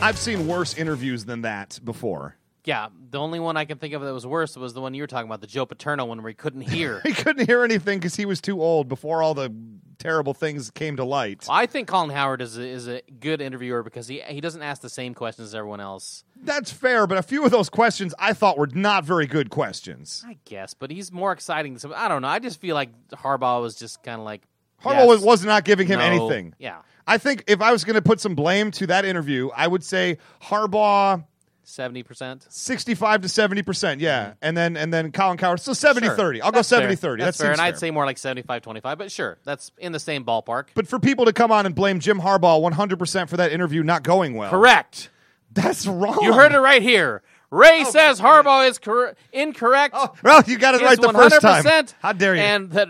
I've seen worse interviews than that before. Yeah, the only one I can think of that was worse was the one you were talking about, the Joe Paterno one where he couldn't hear. He couldn't hear anything because he was too old before all the terrible things came to light. I think Colin Howard is a, is a good interviewer because he he doesn't ask the same questions as everyone else. That's fair, but a few of those questions I thought were not very good questions. I guess, but he's more exciting. than some I don't know. I just feel like Harbaugh was just kind of like Harbaugh was, yes, was not giving him no. anything. Yeah, I think if I was going to put some blame to that interview, I would say Harbaugh seventy percent. 65 to 70%. Yeah. And then and then Colin Coward. So 70 30. I'll go 70 30. Mm-hmm. That's fair, and I'd say more like 75-25, But sure, that's in the same ballpark. But for people to come on and blame Jim Harbaugh 100% for that interview not going well. Correct. That's wrong. You heard it right here. Ray says Harbaugh is cor- incorrect. Oh, well, you got it It's right the first time. 100%, How dare you? And that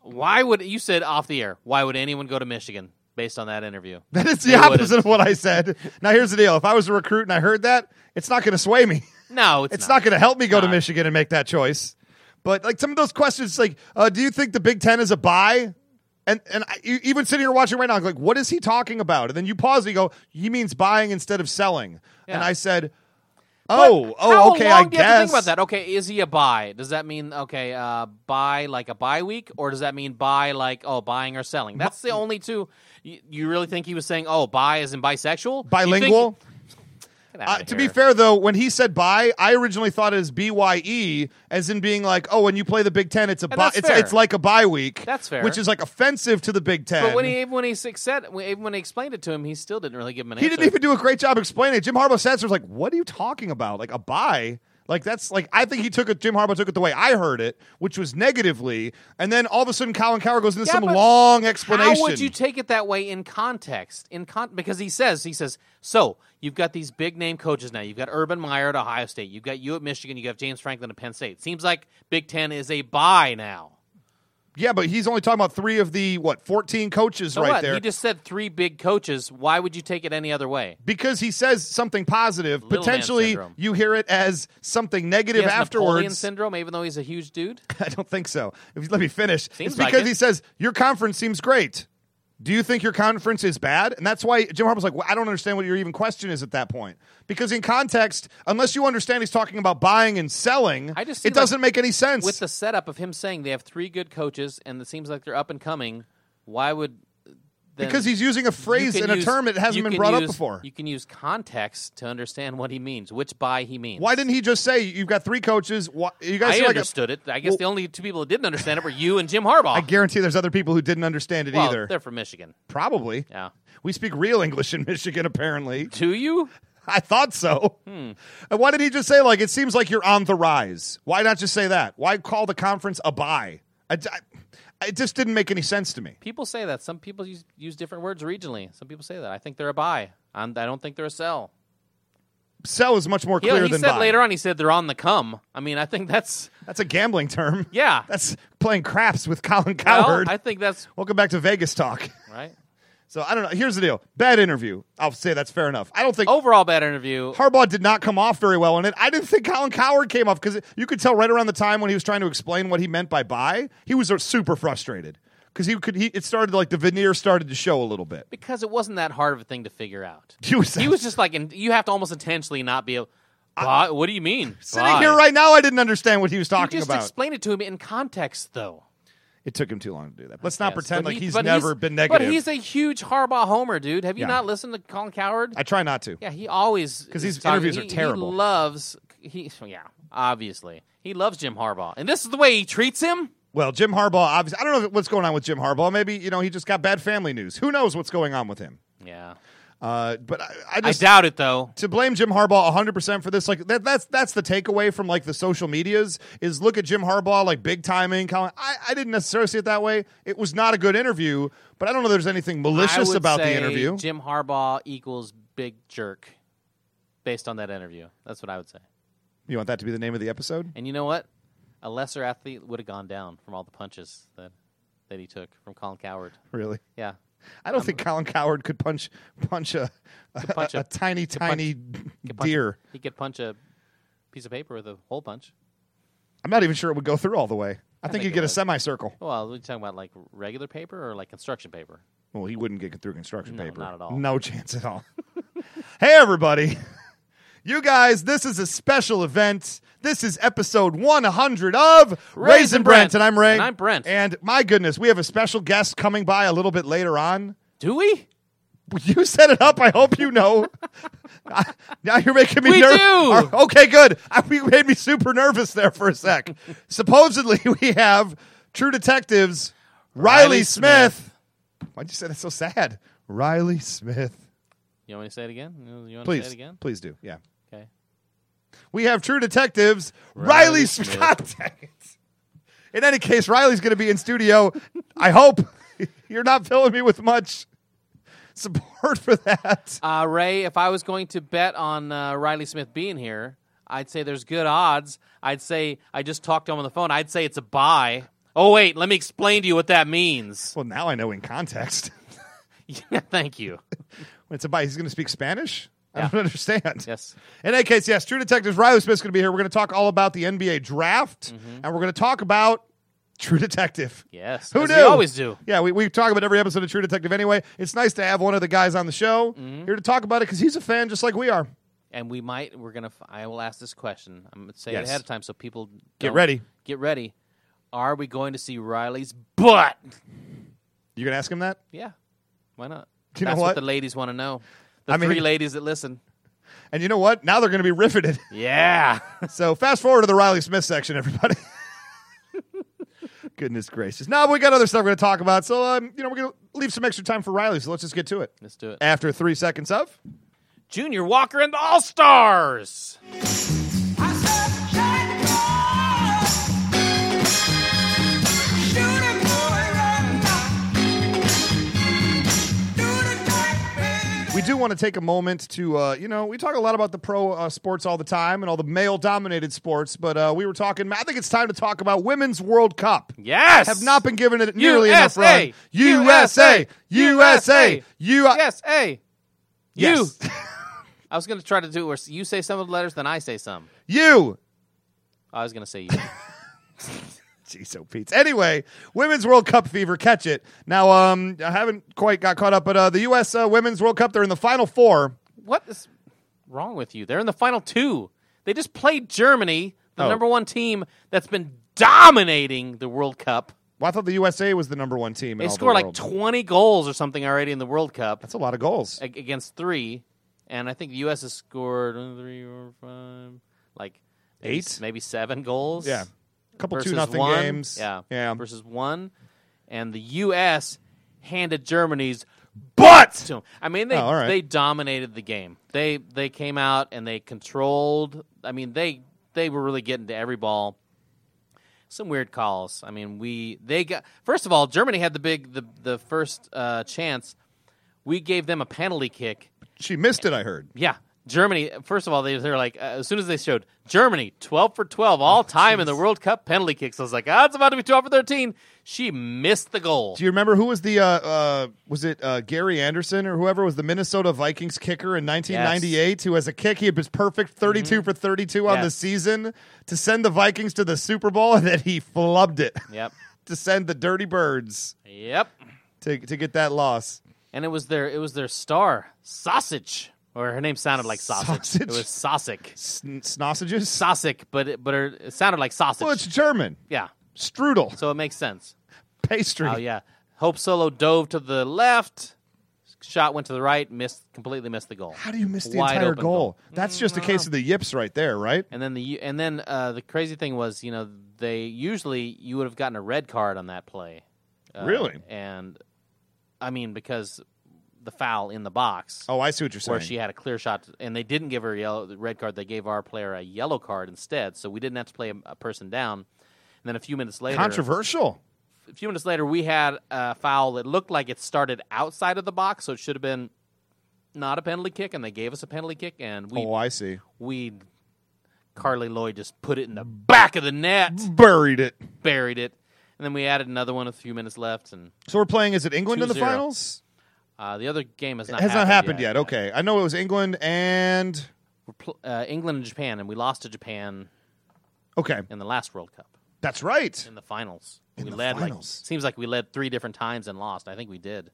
why would you said off the air? Why would anyone go to Michigan based on that interview? that is the They opposite wouldn't. of what I said. Now, here's the deal. If I was a recruit and I heard that, it's not going to sway me. No, it's, It's not, going to help me go to Not. Michigan and make that choice. But like some of those questions, like, uh, do you think the Big Ten is a buy? And and I, you- even sitting here watching right now, I'm like, what is he talking about? And then you pause and you go, he means buying instead of selling. And Yeah. I said, But oh, how oh, okay, I long do you have to guess. think about that. Okay, is he a buy? Does that mean okay, uh, buy like a buy week, or does that mean buy like oh, buying or selling? That's the only two. You, you really think he was saying oh, buy as in bisexual, Bilingual. You think- Get outta Uh, to be here. fair, though, when he said buy, I originally thought it as B Y E, as in being like, oh, when you play the Big Ten, it's a bye, And that's it's, fair. it's like a bye week. That's fair. Which is like offensive to the Big Ten. But when he when he suc- said when- even when he explained it to him, he still didn't really give him an he answer. didn't even do a great job explaining. it. Jim Harbaugh sat there was like, "What are you talking about? Like a buy? Like that's like I think he took it. Jim Harbaugh took it the way I heard it, which was negatively. And then all of a sudden, Colin Coward goes into Yeah, some but long explanation. How would you take it that way in context? In con- because he says he says so. You've got these big name coaches now. You've got Urban Meyer at Ohio State. You've got you at Michigan. You have James Franklin at Penn State. Seems like Big Ten is a buy now. yeah, but he's only talking about three of the what fourteen coaches So right what? there He just said three big coaches. Why would you take it any other way? because he says something positive. Little man Potentially, syndrome. you hear it as something He negative has Napoleon afterwards. syndrome, even though he's a huge dude. I don't think so. If you let me finish, Seems it's like because it. he says your conference seems great. Do you think your conference is bad? And that's why Jim Harbaugh's like, well, I don't understand what your even question is at that point. Because in context, unless you understand he's talking about buying and selling, I just see, it like, doesn't make any sense. With the setup of him saying they have three good coaches and it seems like they're up and coming, why would? Then because he's using a you phrase can and a use- term that hasn't you been can brought up use- before. You can use context to understand what he means, which buy he means. why didn't he just say you've got three coaches? Why, you guys I are like a- understood it. I guess Well- the only two people that didn't understand it were you and Jim Harbaugh. I guarantee there's other people who didn't understand it well, either. They're from Michigan. Probably. Yeah. We speak real English in Michigan, apparently. Do you? I thought so. Hmm. And why did he just say like it seems like you're on the rise? Why not just say that? Why call the conference a buy? I, I- it just didn't make any sense to me. People say that. Some people use, use different words regionally. Some people say that. I think they're a buy. I'm, I don't think they're a sell. Sell is much more He, clear he than said buy. later on. He said they're on the come. I mean, I think that's That's a gambling term. yeah. That's playing craps with Colin well, Cowherd. I think that's Welcome back to Vegas talk. right. So I don't know. Here's the deal. Bad interview. I'll say that's fair enough. I don't think Overall, bad interview. Harbaugh did not come off very well in it. I didn't think Colin Coward came off because you could tell right around the time when he was trying to explain what he meant by buy, he was uh, super frustrated because he could. He, it started like the veneer started to show a little bit. because it wasn't that hard of a thing to figure out. He was- he was just like, and you have to almost intentionally not be able. Buy- what do you mean? Sitting buy? here right now, I didn't understand what he was You talking just about. explain it to him in context, though. it took him too long to do that. Let's not Yes, pretend but like he- he's but never been negative. But he's a huge Harbaugh homer, dude. Have you Yeah. not listened to Colin Coward? I try not to. yeah, he always 'Cause is these talking- interviews are he- terrible. He loves he yeah, obviously he loves Jim Harbaugh, and this is the way he treats him. Well, Jim Harbaugh, obviously, I don't know what's going on with Jim Harbaugh. Maybe you know he just got bad family news. Who knows what's going on with him? Yeah, Uh, but I, I I just doubt it though. to blame Jim Harbaugh 100% for this like that that's that's the takeaway from like the social medias is look at Jim Harbaugh like big timing Colin I, I didn't necessarily see it that way it was not a good interview but I don't know there's anything I malicious would about the say interview Jim Harbaugh equals big jerk, based on that interview. That's what I would say. you want that to be the name of the episode And you know what? A lesser athlete would have gone down from all the punches that that he took from Colin Coward. really Yeah. I don't think Colin Coward could punch punch a a, Um, punch a- a- a tiny tiny punch a- deer He could punch a piece of paper with a hole punch. I'm not even sure it would go through all the way I, think think he'd it get a would. semicircle Well, we're talking about like regular paper or like construction paper. well he wouldn't get through construction No, paper not at all. no chance at all Hey, everybody. You guys, this is a special event. This is episode 100 of Raisin Brent. Brent. And I'm Ray. And I'm Brent. And my goodness, we have a special guest coming by a little bit later on. Do we? You set it up. I hope you know. I- now you're making me We nervous. do. Okay, good. I, you made me super nervous there for a sec. Supposedly, we have True Detectives Riley, Riley Smith. Why'd you say that so sad? Riley Smith. You want me to say it again? You want to Please, say it again? please do. Yeah. Okay. We have True Detectives Riley, Riley Smith. Smith. God dang it. In any case, Riley's going to be in studio. I hope you're not filling me with much support for that. Uh, Ray, if I was going to bet on uh, Riley Smith being here, I'd say there's good odds. I'd say I just talked to him on the phone. I'd say it's a buy. Oh wait, let me explain to you what that means. Well, now I know in context. Yeah, Thank you. When it's a bye, he's going to speak Spanish? I Yeah. don't understand. Yes. In any case, yes, True Detectives Riley Smith's going to be here. We're going to talk all about the NBA draft, and we're going to talk about True Detective. Mm-hmm. Yes. Who as knew? We always do. Yeah, we, we talk about every episode of True Detective anyway. It's nice to have one of the guys on the show Mm-hmm. here to talk about it because he's a fan just like we are. and we might we're gonna f- i will ask this question i'm gonna say it Yes. ahead of time so people Get don't- ready. get ready are we going to see riley's butt You gonna ask him that? yeah why not You know that's what? the ladies want to know the I mean- three ladies that listen And you know what? Now they're gonna be riveted. yeah so fast forward to the Riley Smith section, everybody. Goodness gracious! Now we got other stuff we're gonna talk about. So um, you know we're gonna leave some extra time for Riley. So let's just get to it. let's do it After three seconds of. junior walker and the all stars I said, "Shine the light, shoot 'em, boy, run back, do the right We do want to take a moment to, uh, you know, we talk a lot about the pro uh, sports all the time and all the male dominated sports, but uh, we were talking, I think it's time to talk about Women's World Cup. yes Have not been given it nearly enough USA! run. USA! USA! U- yes hey Yes. you i was gonna try to do it where you say some of the letters then i say some you! i was gonna say you Jeez, oh, Pete's. Anyway, Women's World Cup fever, catch it. Now, um, I haven't quite got caught up, but uh, the U.S. Uh, Women's World Cup, they're in the final four. What is wrong with you? They're in the final two. They just played Germany, the Oh. number one team that's been dominating the World Cup. Well, I thought the USA was the number one team. They in all the scored like world. 20 goals or something already in the World Cup That's a lot of goals. ag- against three. And I think the U.S. has scored uh, three or five, like maybe- Eight? maybe seven goals. Yeah. A couple versus 2 nothing one. games. Yeah. Yeah. Versus one. And the U.S. handed Germany's But! to 'em. I mean, they Oh, all right. they dominated the game. They they came out and they controlled. I mean, they they were really getting to every ball. Some weird calls. I mean, we they got first of all, Germany had the big the the first uh, chance. We gave them a penalty kick. She missed it, I heard. Yeah, Germany. First of all, they they're like uh, as soon as they showed Germany twelve for twelve all time in the World Cup penalty kicks. I was like, ah, it's about to be twelve for thirteen. She missed the goal. Do you remember who was the uh, uh was it uh, Gary Anderson or whoever was the Minnesota Vikings kicker in 1998 who has a kick he was perfect 32 for 32 on the Mm-hmm. Yes. season to send the Vikings to the Super Bowl and then he flubbed it Yep. to send the Dirty Birds Yep. to to get that loss. and it was their it was their star sausage or her name sounded like sausage, Sausage? it was sausik Sn- Snossages? sausik but it, but her, it sounded like sausage Well, it's German. yeah Strudel. so it makes sense Pastry. oh yeah hope solo dove to the left shot went to the right missed completely missed the goal How do you miss the Wide entire open goal? That's just a case of the yips right there, right? and then the U- and then uh, the crazy thing was you know they usually you would have gotten a red card on that play Uh, Really? and i mean because the foul in the box Oh, I see what you're saying. where she had a clear shot, and they didn't give her a yellow the red card. They gave our player a yellow card instead, so we didn't have to play a, a person down. And then a few minutes later, Controversial. a few minutes later, we had a foul that looked like it started outside of the box, so it should have been not a penalty kick, and they gave us a penalty kick, and we Oh, I see. we Carly Lloyd just put it in the back of the net, Buried it. buried it, and then we added another one with a few minutes left, and So we're playing. Is it England in the 2-0. finals? uh, the other game has not has happened not happened yet. Oh. Okay, I know it was England and We're pl- uh, England and Japan, and we lost to Japan okay, in the last World Cup. that's right. in the finals. we the led finals. like seems like we led three different times and lost. I think we did.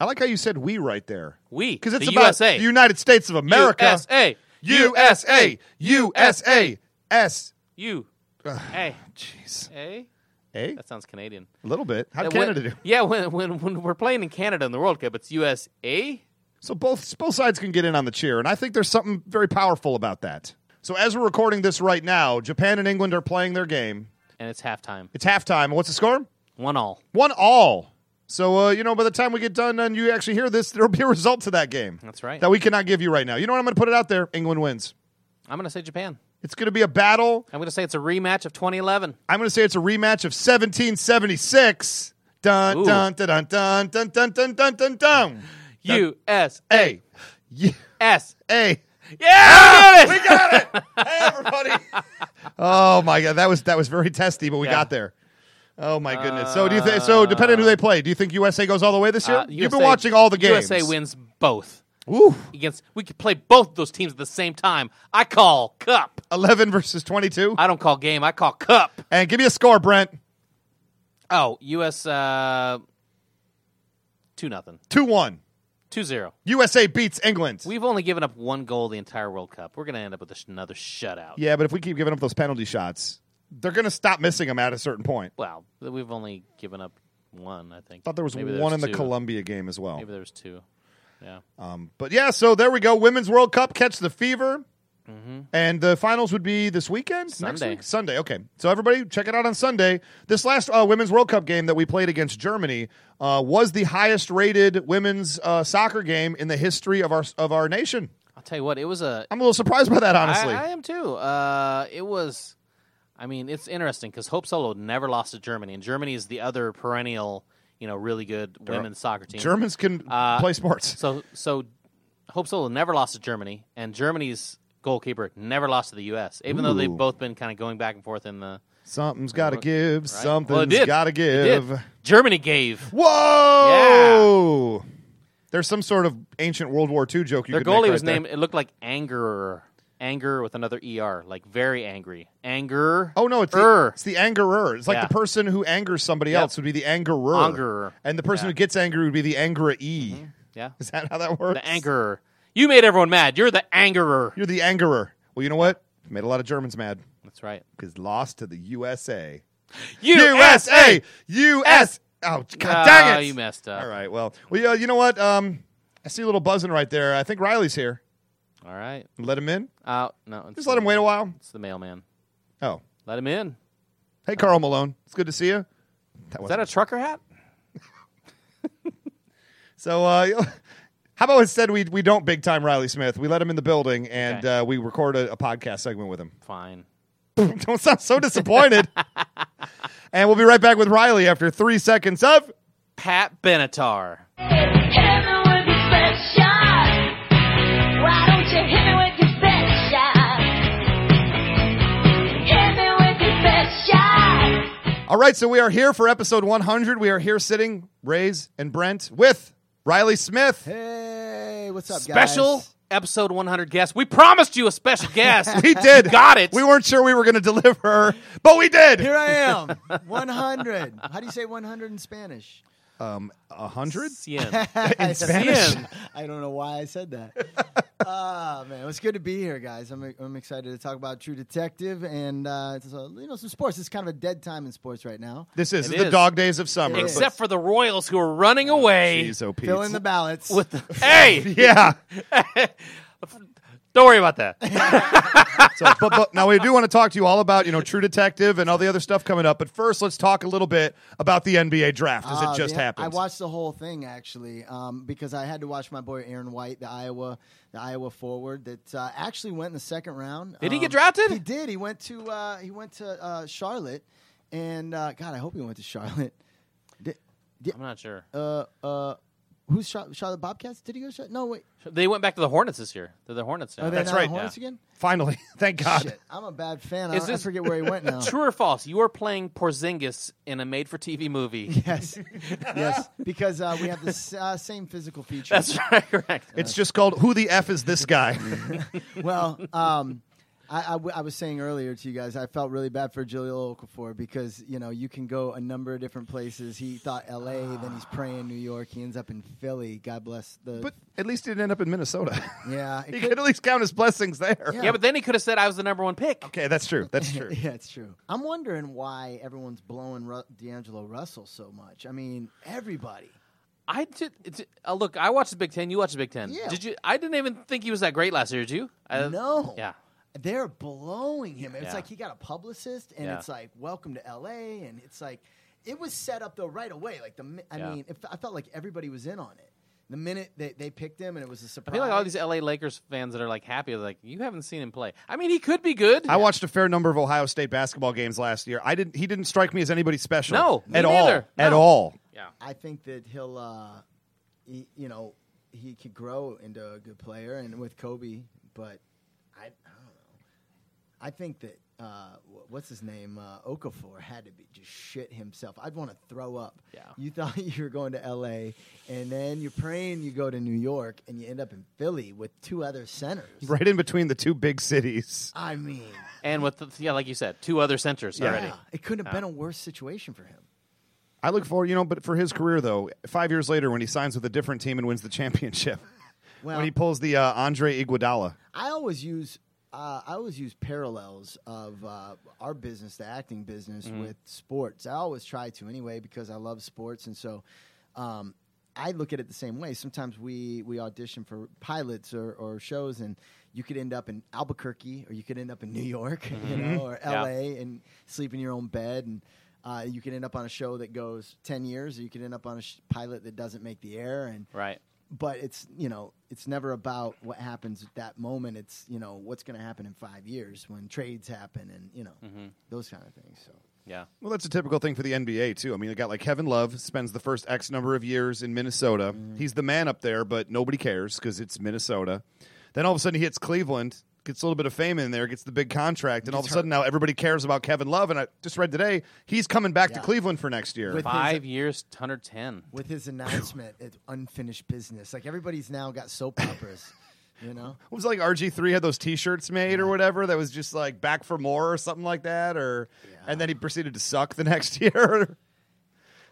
I like how you said we right there. We, Because it's the about USA. the United States of America. USA. USA. USA. S. You. Hey. Jeez. Hey. A? That sounds Canadian. A little bit. How And did when- Canada do? Yeah, when, when when we're playing in Canada in the World Cup, it's USA. So both both sides can get in on the cheer, and I think there's something very powerful about that. So as we're recording this right now, Japan and England are playing their game. And it's halftime. It's halftime. and What's the score? One all. One all. So uh, you know, by the time we get done and you actually hear this, there'll be a result to that game. That's right. That we cannot give you right now. You know what? I'm going to put it out there. England wins. I'm going to say Japan. It's going to be a battle. I'm going to say it's a rematch of 2011. I'm going to say it's a rematch of 1776. Dun Ooh. dun dun dun dun dun dun dun dun dun. USA. Hey, yeah, hey. Yeah! we got it! got it. Hey, everybody. oh my god, that was that was very testy, but we Yeah. got there. Oh my goodness. So do you think? So depending on who they play, do you think USA goes all the way this year? Uh, You've been USA watching all the games. USA wins both. Ooh, Against we could play both those teams at the same time. I call cup. eleven versus twenty-two. I don't call game. I call cup. and give me a score, Brent. Oh, U.S. Uh, two nothing, Two-one. two zero. USA beats England. We've only given up one goal the entire World Cup. We're going to end up with a sh- another shutout. yeah, but if we keep giving up those penalty shots, they're going to stop missing them at a certain point. Well, th- we've only given up one. I think. I thought there was Maybe one in the Oh. two. Colombia game as well. Maybe there was two. Yeah. But yeah, so there we go. Women's World Cup catch the fever. And the finals would be this weekend, next Mm-hmm. Sunday. week, Sunday. Okay, so everybody check it out on Sunday. This last uh, women's World Cup game that we played against Germany uh, was the highest-rated women's uh, soccer game in the history of our of our nation. I'll tell you what. It was a I'm a little surprised by that, honestly. I, I am too. Uh, it was, I mean, it's interesting because Hope Solo never lost to Germany, and Germany is the other perennial, you know, really good women's soccer team. Germans can Uh, play sports. So, so Hope Solo never lost to Germany, and Germany's goalkeeper never lost to the U.S., even though Ooh. they've both been kind of going back and forth in the. Something's got to give. uh, Right? Something's Well, it did. got to It did. give. Germany gave. Whoa! There's some sort of ancient World War II joke you Their could make goalie right was there. named. It looked like Anger, Anger with another er, like very angry. Anger. Oh no, it's the, er. it's the angerer. It's like Yeah. the person who angers somebody Yep. else would be the angerer, Angerer. and the person Yeah. who gets angry would be the angerer. yeah, Is that how that works? the Angerer. You made everyone mad. You're the Angerer. You're the angerer. Well, you know what? Made a lot of Germans mad That's right. because lost to the USA. USA. US. Oh God, Ah, dang it! you messed up. All right. Well, well, yeah, you know what? Um, I see a little buzzing right there. I think Riley's here. All right. Let him in. Uh, no. it's Just let him wait a while. It's the mailman. Oh, Let him in. hey, Carl Malone. It's good to see you. That Is that a trucker hat? So, uh, how about instead we we don't big time Riley Smith? We let him in the building and Okay. uh, we record a, a podcast segment with him. Fine. don't sound so disappointed. and we'll be right back with Riley after three seconds of. Pat Benatar. Heaven with your best shot. Why don't you hit me with your best shot? Hit me with your best shot. All right, so we are here for episode 100. We are here sitting, Rays and Brent, with Riley Smith. Hey, what's up, Special guys? episode 100 guest. We promised you a special guest. We did. You got it. We weren't sure we were going to deliver, but we did. Here I am. 100. How do you say 100 in Spanish? Um, 100? Cien. in Spanish? I don't know why I said that. Ah, man, it's good to be here, guys. I'm, I'm excited to talk about True Detective and uh, it's, uh, you know some sports. It's kind of a dead time in sports right now. This is It the is. dog days of summer. It is. Except for the Royals who are running away. Jeez, oh, Pete. Fill in the ballots. with the, hey, Yeah. don't worry about that. So, but, but now we do want to talk to you all about you know True Detective and all the other stuff coming up. But first, let's talk a little bit about the NBA draft as Uh, it just yeah, happened. I watched the whole thing actually um, because I had to watch my boy Aaron White, the Iowa, the Iowa forward that uh, actually went in the second round. Did he Um, get drafted? He did. He went to uh, he went to uh, Charlotte, and uh, God, I hope he went to Charlotte. Did, I'm not sure. uh, uh, who's Char- Charlotte Bobcats? Did he go? to Char- no, wait. They went back to the Hornets this year. They're Oh, the Hornets now. Are they That's not right, Hornets yeah. again? Finally, thank God. Shit, I'm a bad fan. I, Ah. Is don't- I this- forget where he went now. True or false? You are playing Porzingis in a made-for-TV movie. Yes, yes, because uh, we have the s- uh, same physical features. That's right. Correct. It's just called "Who the F is this guy?" Well, um, I, I, w- I was saying earlier to you guys, I felt really bad for Julio Okafor because you know you can go a number of different places. He thought L.A., then he's praying New York. He ends up in Philly. God bless the. But at least he didn't end up in Minnesota. yeah, it he could- could at least count his blessings there. Yeah. Yeah, but then he could have said I was the number one pick. Okay, that's true. That's true. yeah, it's true. I'm wondering why everyone's blowing Ru- D'Angelo Russell so much. I mean, everybody. I did. it's- uh, look, I watched the Big Ten. You watched the Big Ten. Yeah. Did you? I didn't even think he was that great last year. Did you? I, no. Yeah. They're blowing him. It's Yeah. like he got a publicist, and Yeah. it's like welcome to L.A. And it's like it was set up though right away. Like the, mi- I Yeah. mean, it, I felt like everybody was in on it. The minute they, they picked him, and it was a I surprise. feel like all these LA Lakers fans that are like happy, like you haven't seen him play. I mean, he could be good. I watched a fair number of Ohio State basketball games last year. I didn't. He didn't strike me as anybody special. No, me at all. neither. At No. all. yeah. I think that he'll, uh, he, you know, he could grow into a good player, and with Kobe, but I, I don't know. I think that uh, wh- what's his name uh, Okafor had to be just shit himself. I'd want to throw up. Yeah. You thought you were going to L.A. and then you're praying you go to New York and you end up in Philly with two other centers. Right in between the two big cities. I mean, And with the, yeah, like you said, two other centers already. yeah, it couldn't have been a worse situation for him. I look forward, you know, but for his career though, five years later when he signs with a different team and wins the championship, Well, when he pulls the uh, Andre Iguodala. I always use uh, I always use parallels of uh, our business, the acting business, with sports. I always try to anyway because I love sports, and so um, I look at it the same way. Sometimes we we audition for pilots or, or shows, and you could end up in Albuquerque or you could end up in New York, you know, or Yeah. L.A. and sleep in your own bed and. Uh, you can end up on a show that goes 10 years or you can end up on a sh- pilot that doesn't make the air and Right. but it's you know it's never about what happens at that moment it's you know what's going to happen in five years when trades happen and you know those kind of things so Yeah. Well, that's a typical thing for the NBA too. I mean, they got like Kevin Love spends the first X number of years in Minnesota. Mm-hmm. He's the man up there, but nobody cares because it's Minnesota. Then all of a sudden he hits Cleveland, gets a little bit of fame in there, gets the big contract, and all of a sudden now everybody cares about Kevin Love. And I just read today he's coming back to Yeah. Cleveland for next year. With- Five years, hundred ten. with his announcement it's unfinished business like everybody's now got soap operas you know What was it, like RG three had those T-shirts made or whatever that was just like back for more or something like that, or and then he proceeded to suck the next year.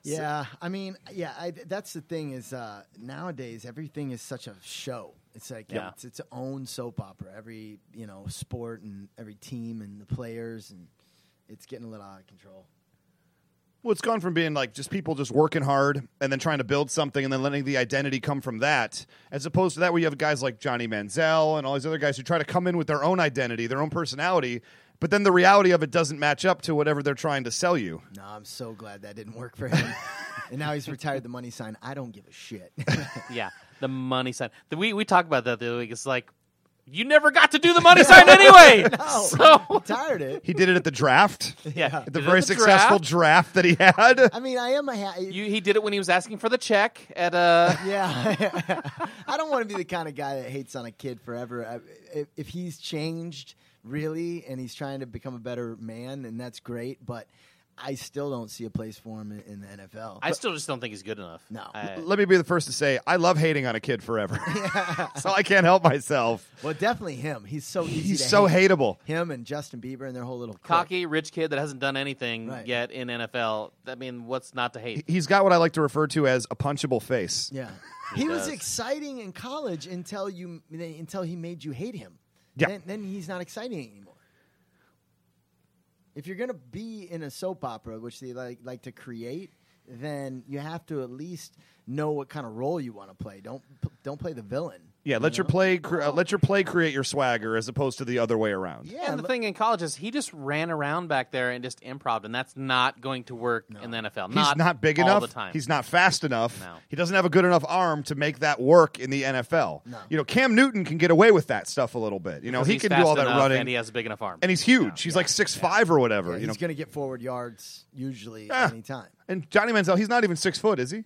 yeah i mean yeah I, that's the thing is uh, nowadays everything is such a show it's like Yeah. it's its own soap opera every you know sport and every team and the players and it's getting a little out of control Well, it's gone from being like just people just working hard and then trying to build something and then letting the identity come from that, as opposed to that where you have guys like Johnny Manziel and all these other guys who try to come in with their own identity, their own personality, but then the reality of it doesn't match up to whatever they're trying to sell you. No, I'm so glad that didn't work for him. and now he's retired the money sign. I don't give a shit. Yeah. The money sign. The- We we talked about that the other week. It's like you never got to do the money sign anyway. So retired it. He did it at the draft, yeah, at the Did very it at the successful draft. draft. that he had. I mean, I am a ha- You, he did it when he was asking for the check at uh yeah. I don't want to be the kind of guy that hates on a kid forever. I- If, if he's changed really and he's trying to become a better man, and that's great, but I still don't see a place for him in, in the NFL. I still just don't think he's good enough. No. I- Let me be the first to say I love hating on a kid forever, so I can't help myself. well, definitely him. He's so easy He's to so hate. hateable. Him and Justin Bieber and their whole little clique. cocky rich kid that hasn't done anything Right. yet in NFL. I mean, what's not to hate? He's got what I like to refer to as a punchable face. Yeah, he was does. exciting in college until you until he made you hate him. Yeah. then, then he's not exciting anymore. If you're gonna be in a soap opera, which they like like to create, then you have to at least know what kind of role you want to play. Don't p- don't play the villain. Yeah, let your play cre- uh, let your play create your swagger as opposed to the other way around. Yeah, and the le- thing in college is he just ran around back there and just improv, and that's not going to work in the NFL. He's not, big all enough. the time. He's not fast enough. No. He doesn't have a good enough arm to make that work in the NFL. No. You know, Cam Newton can get away with that stuff a little bit. You know, Because he he's can do fast all that enough, running, and he has a big enough arm. and he's huge. he's like six five or whatever. yeah, you know, he's gonna get forward yards usually Yeah. at any time. and Johnny Manziel, he's not even six foot, is he?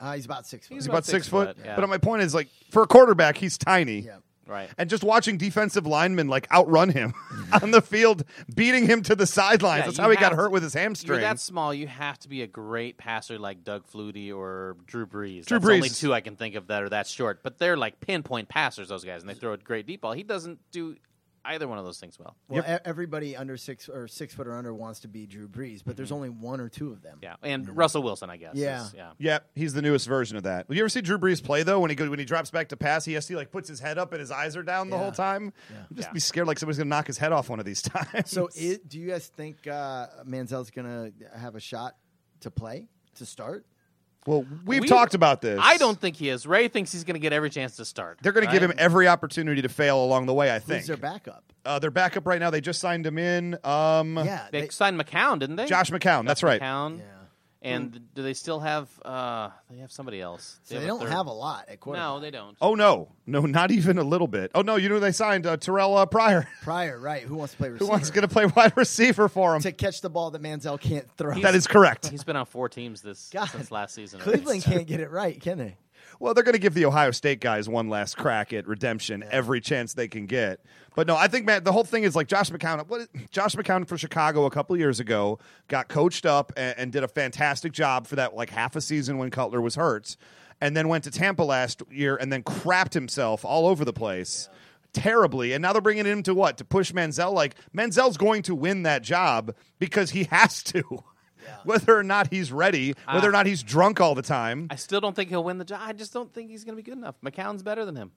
Uh, he's about six. He's He's foot. about, six, foot. yeah. But my point is, like, for a quarterback, he's tiny. yeah. right. And just watching defensive linemen like outrun him on the field, beating him to the sidelines. Yeah, That's you how he have got hurt to- with his hamstring. You're that small. You have to be a great passer like Doug Flutie or Drew Brees. Drew That's Brees Only is- two I can think of that are that short, but they're like pinpoint passers. Those guys, and they throw a great deep ball. He doesn't do. either one of those things well. Well, e- everybody under six or six foot or under wants to be Drew Brees, but there's only one or two of them. Yeah, and Russell Wilson, I guess. Yeah. is- yeah. Yep, he's the newest version of that. You ever see Drew Brees play though? When he go, when he drops back to pass, he has to like puts his head up and his eyes are down the Yeah. whole time. I'd just Yeah. be scared like somebody's gonna knock his head off one of these times. So, i do you guys think uh, Manziel's gonna have a shot to play to start? well, we've We- talked about this. I don't think he is. Ray thinks he's going to get every chance to start. They're going to give him every opportunity to fail along the way. I Who's think their backup? uh, their backup right now. They just signed him in. Um, Yeah, They, they- signed McCown, didn't they? Josh McCown. that's right. McCown. yeah. And do they still have? uh They have somebody else. So they don't third- have a lot at quarterback. No, they don't. Oh no, no, not even a little bit. Oh no, you know they signed uh, Terrell uh, Pryor. Pryor, right? Who wants to play receiver? Who wants going to play wide receiver for him? to catch the ball that Manziel can't throw? That is correct. He's been on four teams this God. since last season. already. Cleveland can't get it right, can they? Well, they're going to give the Ohio State guys one last crack at redemption every chance they can get. But no, I think man, the whole thing is like Josh McCown. What Josh McCown for Chicago a couple years ago got coached up and, and did a fantastic job for that like half a season when Cutler was hurt, and then went to Tampa last year and then crapped himself all over the place. Terribly, and now they're bringing him to what to push Manziel. Like Manziel's going to win that job because he has to, whether or not he's ready, whether or not he's drunk all the time. I still don't think he'll win the job. I just don't think he's going to be good enough. McCown's better than him.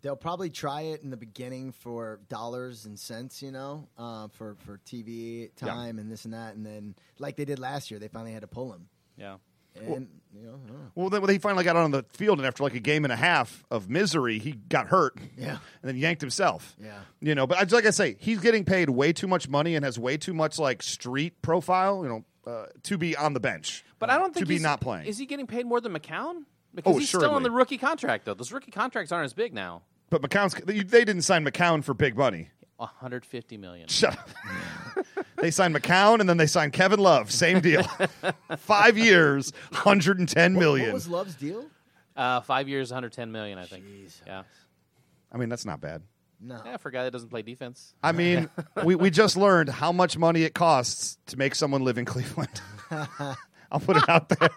They'll probably try it in the beginning for dollars and cents, you know, uh, for for TV time and this and that, and then like they did last year, they finally had to pull him, Yeah. and you know, I don't know. Well, then when he finally got out on the field, and after like a game and a half of misery, he got hurt. Yeah. and then yanked himself. Yeah. you know. But I, like I say, he's getting paid way too much money and has way too much like street profile. You know, uh, to be on the bench. But I don't to think be he's- not playing. Is he getting paid more than McCown? Because Oh, he's still on surely. the rookie contract though. Those rookie contracts aren't as big now. but McCown's they they didn't sign McCown for big money. 150 million. Shut up. they signed McCown and then they signed Kevin Love. Same deal. Five years, hundred and ten What million. was Love's deal? Uh, five years, 110 million, I think. Yeah. I mean, that's not bad. No, Yeah, for a guy that doesn't play defense. I mean, we, we just learned how much money it costs to make someone live in Cleveland. I'll put it out there.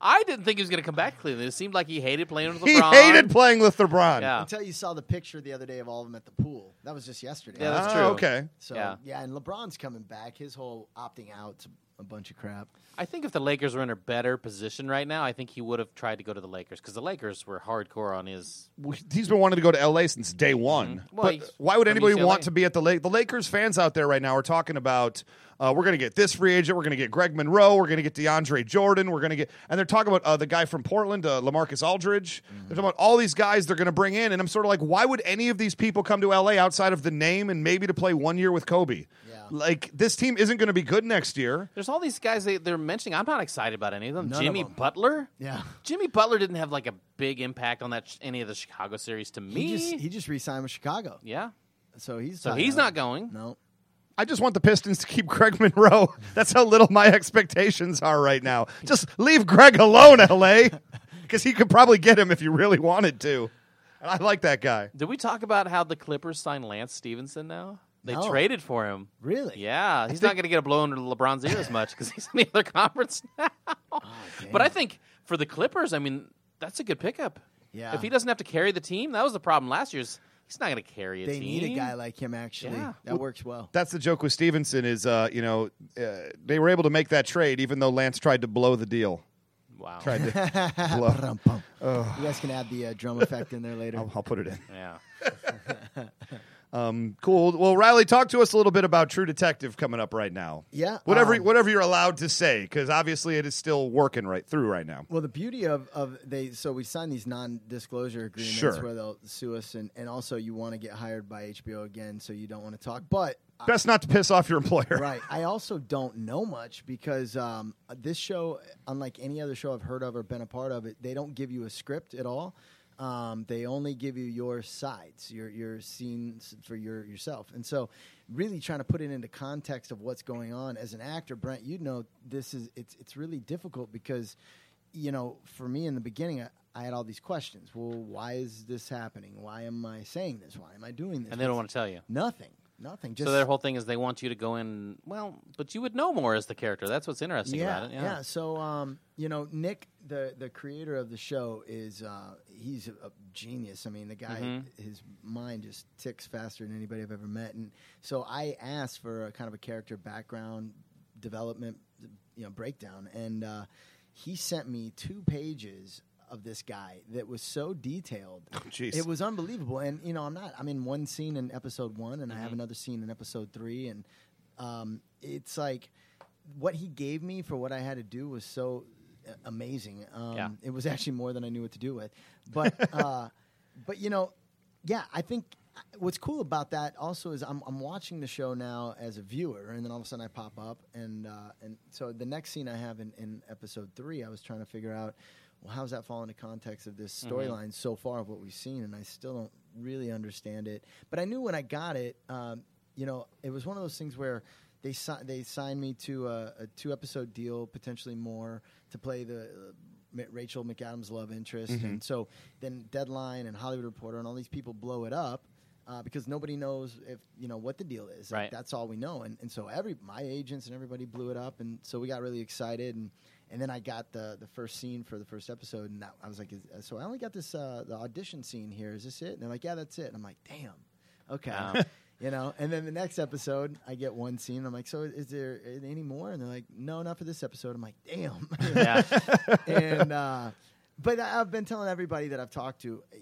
I didn't think he was going to come back to Cleveland. It seemed like he hated playing with He LeBron. hated playing with LeBron. Yeah. until you saw the picture the other day of all of them at the pool. That was just yesterday. Yeah, that's Ah, true. Okay. so yeah. yeah. and LeBron's coming back. His whole opting out's a bunch of crap. I think if the Lakers were in a better position right now, I think he would have tried to go to the Lakers because the Lakers were hardcore on his. W- He's been wanting to go to LA since day one. Mm-hmm. Well, but he's why would from anybody UCLA. want to be at the Lake? The Lakers fans out there right now are talking about uh, we're going to get this free agent, we're going to get Greg Monroe, we're going to get DeAndre Jordan, we're going to get, and they're talking about uh, the guy from Portland, uh, Lamarcus Aldridge. Mm-hmm. They're talking about all these guys they're going to bring in, and I'm sort of like, why would any of these people come to LA outside of the name and maybe to play one year with Kobe? Yeah. Like this team isn't going to be good next year. There's all these guys they, they're mentioning. I'm not excited about any of them. None of Jimmy them. Butler? Yeah. Jimmy Butler didn't have like a big impact on that sh- any of the Chicago series to me. He just he just re-signed with Chicago, yeah. so he's So tied he's up. not going. No, I just want the Pistons to keep Greg Monroe. That's how little my expectations are right now. Just leave Greg alone, LA, because he could probably get him if you really wanted to. And I like that guy. Did we talk about how the Clippers signed Lance Stevenson now? They No. traded for him. really. Yeah, he's not going to get a blow under LeBron's ear as much because he's in the other conference now. Oh, but I think for the Clippers, I mean, that's a good pickup. Yeah. If he doesn't have to carry the team, that was the problem last year's. He's not going to carry a They team. need a guy like him. Actually, Yeah. that works well. That's the joke with Stevenson is, uh, you know, uh, they were able to make that trade even though Lance tried to blow the deal. wow. Tried to blow. Brum, bum. You guys can add the uh, drum effect in there later. I'll, I'll put it in. Yeah. Cool. Well, Riley, talk to us a little bit about True Detective coming up right now. Yeah, Whatever, um, whatever you're allowed to say, because obviously it is still working right through right now. Well, the beauty of, of they so we sign these non-disclosure agreements Sure. where they'll sue us, and, and also you want to get hired by HBO again, so you don't want to talk. But I, Best not to piss off your employer. right, I also don't know much because um, this show, unlike any other show I've heard of or been a part of, it they don't give you a script at all. Um, they only give you your sides, your your scenes for your yourself, and so really trying to put it into context of what's going on as an actor, Brent. You know, this is it's it's really difficult because you know, for me in the beginning, I, I had all these questions. Well, why is this happening? Why am I saying this? Why am I doing this? And they don't What's- want to tell you. nothing. Nothing. Just so their whole thing is they want you to go in. Well, but you would know more as the character. That's what's interesting yeah, about it. yeah. So, um, you know, Nick, the the creator of the show, is uh, he's a, a genius. I mean, the guy, Mm-hmm. his mind just ticks faster than anybody I've ever met. And so, I asked for a kind of a character background development, you know, breakdown, and uh, he sent me two pages of this guy that was so detailed. jeez. It was unbelievable. And you know, I'm not. I'm in one scene in episode one, and I have another scene in episode three, and um, it's like what he gave me for what I had to do was so uh, amazing. Um, Yeah. It was actually more than I knew what to do with, but uh, but you know, yeah, I think. What's cool about that also is I'm, I'm watching the show now as a viewer, and then all of a sudden I pop up, and uh, and so the next scene I have in, in episode three, I was trying to figure out, well, how's that fall into context of this storyline so far of what we've seen, and I still don't really understand it. But I knew when I got it, um, you know, it was one of those things where they si- they signed me to a, a two episode deal, potentially more, to play the uh, Ma- Rachel McAdams love interest, and so then Deadline and Hollywood Reporter and all these people blow it up. Uh, because nobody knows if you know what the deal is. Like, Right. that's all we know, and and so every my agents and everybody blew it up, and so we got really excited, and and then I got the the first scene for the first episode, and that, I was like, is, so I only got this uh, the audition scene here. Is this it? And they're like, yeah, that's it. And I'm like, damn. Okay. Wow. you know, and then the next episode, I get one scene. I'm like, so is there any more? And they're like, no, not for this episode. I'm like, damn. Yeah. yeah. and uh, but I- I've been telling everybody that I've talked to, uh,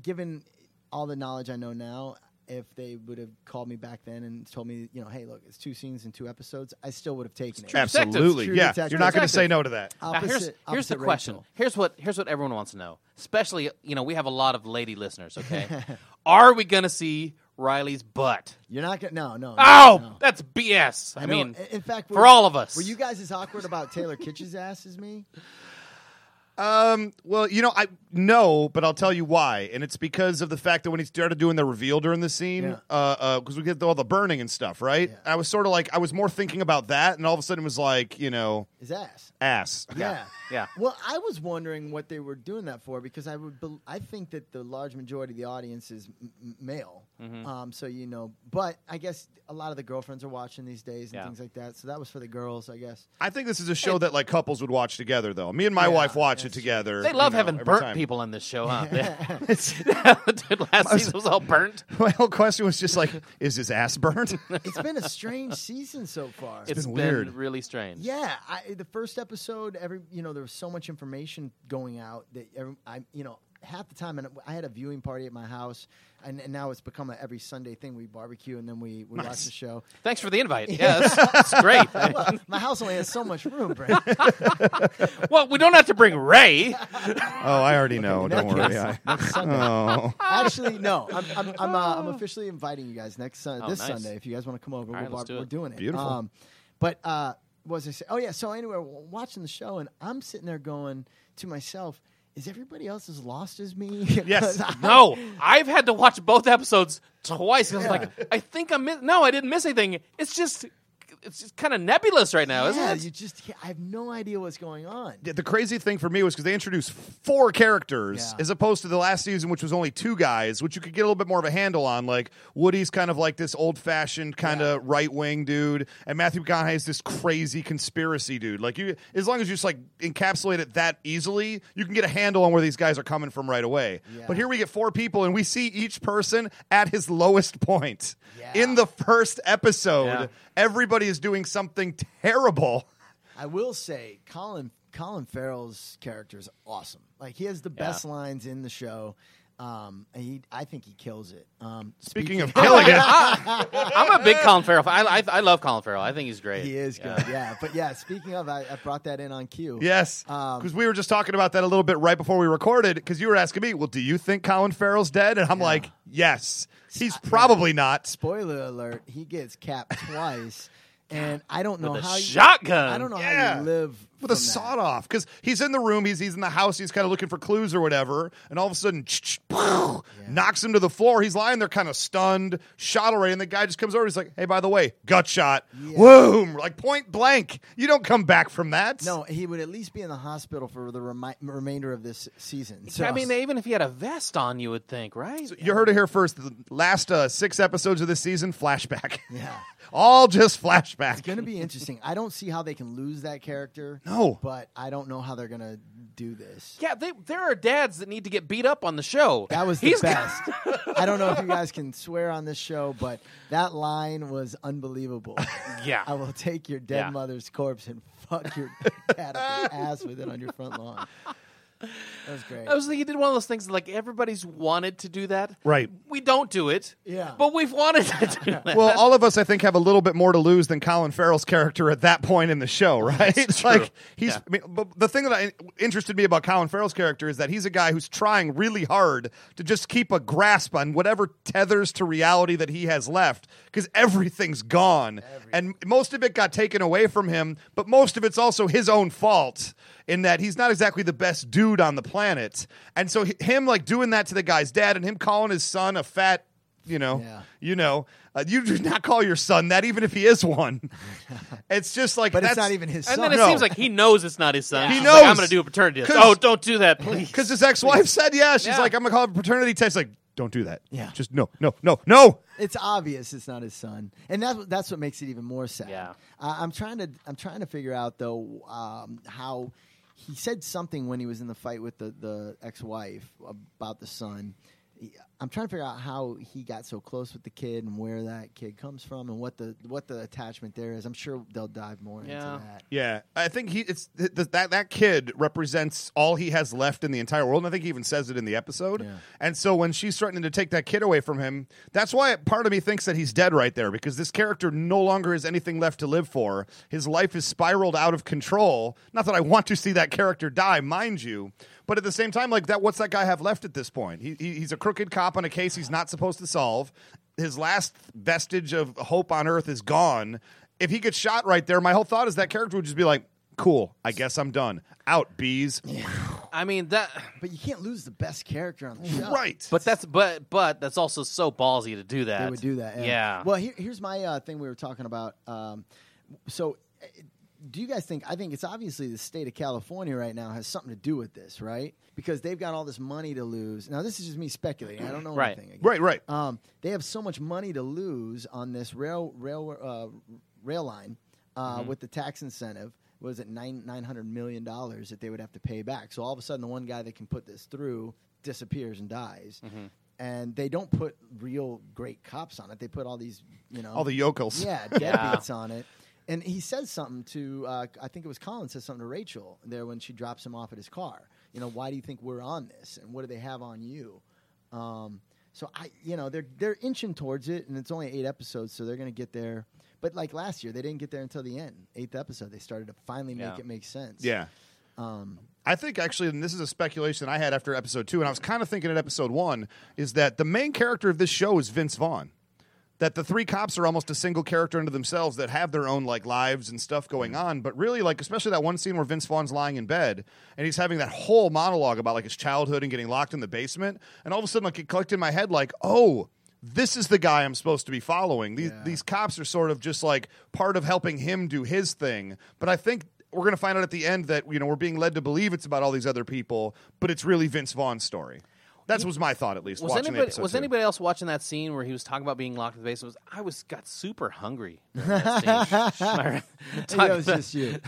given all the knowledge I know now, if they would have called me back then and told me, you know, hey, look, it's two scenes and two episodes, I still would have taken it. detective. Absolutely. True Yeah. detective. You're not going to Detective. say no to that. Now, here's Opposite- here's the opposite question. Rachel. Here's what here's what everyone wants to know. Especially, you know, we have a lot of lady listeners. Okay, are we gonna see Riley's butt? You're not gonna. No, no. no, Oh, no. that's BS. I, know. mean, I- in fact, for were- all of us. were you guys as awkward about Taylor Kitsch's ass as me? Um, well, you know, I no, but I'll tell you why, and it's because of the fact that when he started doing the reveal during the scene, Yeah. uh, uh, because we get all the burning and stuff, right? Yeah. I was sort of like, I was more thinking about that, and all of a sudden it was like, you know, His ass. ass. Yeah. Yeah. Well, I was wondering what they were doing that for because I would bel I think that the large majority of the audience is m- m- male. Mm-hmm. Um, so you know, but I guess a lot of the girlfriends are watching these days and Yeah. things like that. So that was for the girls, I guess. I think this is a show that like couples would watch together, though. Me and my Yeah, wife watch it that's- together. They love you know, having every burnt time. people on this show, huh? Dude, last season was all burnt. My whole question was just like, is his ass burnt? Oh, It's been a strange season so far. It's been weird. really strange. yeah, I, the first episode, every you know, there was so much information going out that every, I, you know, half the time, and I had a viewing party at my house, and, and now it's become a every Sunday thing. We barbecue and then we, we watch the show. Thanks for the invite. Yeah, that's, that's great. Well, my house only has so much room, Brad. well, we don't have to bring Ray. oh, I already know. Don't Next- worry. I, next Sunday. oh, Actually, no. I'm I'm, I'm, uh, I'm officially inviting you guys next Sun Oh, this nice. Sunday if you guys want to come over. All We're, right, let's do we're it. doing it. Um, Beautiful. but uh, what was I say? Oh yeah. So anyway, w- watching the show and I'm sitting there going to myself, is everybody else as lost as me? Yes. No, I've had to watch both episodes twice. 'cause I was Yeah. like, I think I'm miss- no, I didn't miss anything. It's just, it's just kind of nebulous right now, yeah, isn't you it? just can't- I have no idea what's going on. Yeah, the crazy thing for me was because they introduced four characters Yeah. as opposed to the last season, which was only two guys, which you could get a little bit more of a handle on. Like Woody's kind of like this old fashioned kind of right wing dude, and Matthew McConaughey is this crazy conspiracy dude. Like you, as long as you just like encapsulate it that easily, you can get a handle on where these guys are coming from right away. Yeah. But here we get four people, and we see each person at his lowest point Yeah. in the first episode. Yeah. Everybody is doing something terrible. I will say, Colin Colin Farrell's character is awesome. Like he has the best lines in the show. Um, and he, I think he kills it. Um, Speaking of killing it. I'm a big Colin Farrell. fan. I, I, I love Colin Farrell. I think he's great. He is good, Yeah. yeah. But yeah, speaking of, I, I brought that in on cue. Yes, Um, because we were just talking about that a little bit right before we recorded. Because you were asking me, well, do you think Colin Farrell's dead? And I'm like, yes, he's probably not. Spoiler alert: He gets capped twice, and I don't know With a how you, shotgun. I don't know how Yeah. you live with a from that. sawed off because he's in the room, he's he's in the house, he's kind of looking for clues or whatever, and all of a sudden, knocks him to the floor. He's lying there, kind of stunned, shot already, and the guy just comes over. He's like, "Hey, by the way, gut shot, Yeah. boom, like point blank. You don't come back from that." No, he would at least be in the hospital for the remi- remainder of this season. So, I mean, even if he had a vest on, you would think, right? You heard it here first. The last uh, six episodes of this season, flashback. Yeah. All just flashback. going to be interesting. I don't see how they can lose that character. No. but I don't know how they're going to do this. yeah, they, there are dads that need to get beat up on the show. That was the He's got- best. I don't know if you guys can swear on this show, but that line was unbelievable. Yeah. I will take your dead Yeah. mother's corpse and fuck your dad up the ass with it on your front lawn. That was great. I was thinking he did one of those things that, like everybody's wanted to do that. Right. We don't do it. Yeah. But we've wanted to do that. Well, all of us, I think, have a little bit more to lose than Colin Farrell's character at that point in the show, right? Like he's. Yeah. I mean, but the thing that I, interested me about Colin Farrell's character is that he's a guy who's trying really hard to just keep a grasp on whatever tethers to reality that he has left, because everything's gone, and most of it got taken away from him. But most of it's also his own fault in that he's not exactly the best dude on the planet, and so h- him like doing that to the guy's dad, and him calling his son a fat. You know, Yeah. you know, uh, you do not call your son that, even if he is one. it's just like, but it's that's- not even his and son. then it No. seems like he knows it's not his son. He He's like, I'm knows. going to do a paternity test. 'Cause- Oh, don't do that, please. because his ex-wife said, "Yeah." She's Yeah. like, "I'm gonna call it a paternity test." Like, don't do that. Yeah. just no, no, no, no. it's obvious it's not his son, and that's what- that's what makes it even more sad. Yeah. I, I'm trying to I'm trying to figure out though um, how he said something when he was in the fight with the the ex wife about the son. He- I'm trying to figure out how he got so close with the kid and where that kid comes from and what the what the attachment there is. I'm sure they'll dive more Yeah. into that. Yeah, I think he it's th- th- that that kid represents all he has left in the entire world, and I think he even says it in the episode. Yeah. And so when she's threatening to take that kid away from him, that's why part of me thinks that he's dead right there because this character no longer has anything left to live for. His life is spiraled out of control. Not that I want to see that character die, mind you, but at the same time, like that, what's that guy have left at this point? He, he he's a crooked cop on a case he's not supposed to solve. His last vestige of hope on Earth is gone if he gets shot right there, my whole thought is that character would just be like, "Cool, I guess I'm done. Out, bees." I mean, that. But you can't lose the best character on the show, Right. But that's but but that's also so ballsy to do that. They would do that. Yeah. Yeah. Well, here, here's my uh, thing we were talking about. Um, so, uh, do you guys think? I think it's obviously the state of California right now has something to do with this, right? Because they've got all this money to lose. Now, this is just me speculating. I don't know Right. anything. right, right. Um, they have so much money to lose on this rail rail uh, rail line uh, with the tax incentive. Was it nine nine hundred million dollars that they would have to pay back? So all of a sudden, the one guy that can put this through disappears and dies. And they don't put real great cops on it. They put all these, you know, All the yokels. yeah, deadbeats on it. And he says something to, uh, I think it was Colin says something to Rachel there when she drops him off at his car. You know, why do you think we're on this, and what do they have on you? Um, so I, you know, they're they're inching towards it, and it's only eight episodes, so they're going to get there. But like last year, they didn't get there until the end, eighth episode. They started to finally Yeah. make it make sense. Yeah. um, I think actually, and this is a speculation I had after episode two, and I was kind of thinking at episode one, is that the main character of this show is Vince Vaughn. That the three cops are almost a single character unto themselves that have their own like lives and stuff going Mm. on, but really like especially that one scene where Vince Vaughn's lying in bed and he's having that whole monologue about like his childhood and getting locked in the basement, and all of a sudden like it clicked in my head like, oh, this is the guy I'm supposed to be following. These these cops are sort of just like part of helping him do his thing. But I think we're going to find out at the end that you know we're being led to believe it's about all these other people, but it's really Vince Vaughn's story. That was my thought at least. was watching the anybody episode was two. anybody else watching that scene where he was talking about being locked in the basement? I was got super hungry. during that scene. My- That was just you.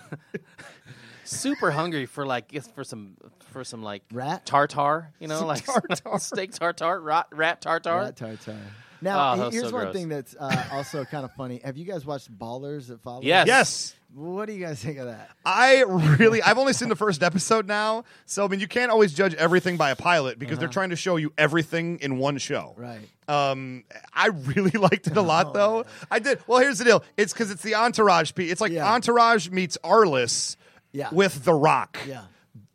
super hungry for like yes, for some for some like Rat? tartar, you know, like tartar. steak tartar, rat, rat tartar. Rat tartar. Now, Oh, that was here's so one gross. thing that's uh, also kind of funny. Have you guys watched Ballers that follow? Yes. Yes, What do you guys think of that? I really. I've only seen the first episode now, so I mean you can't always judge everything by a pilot because they're trying to show you everything in one show. Uh-huh. Right. Oh, Um, I really liked it a lot, though. I did. Well, here's the deal. It's because it's the Entourage. Piece. It's like Yeah. Entourage meets Arliss Yeah. with The Rock. Yeah.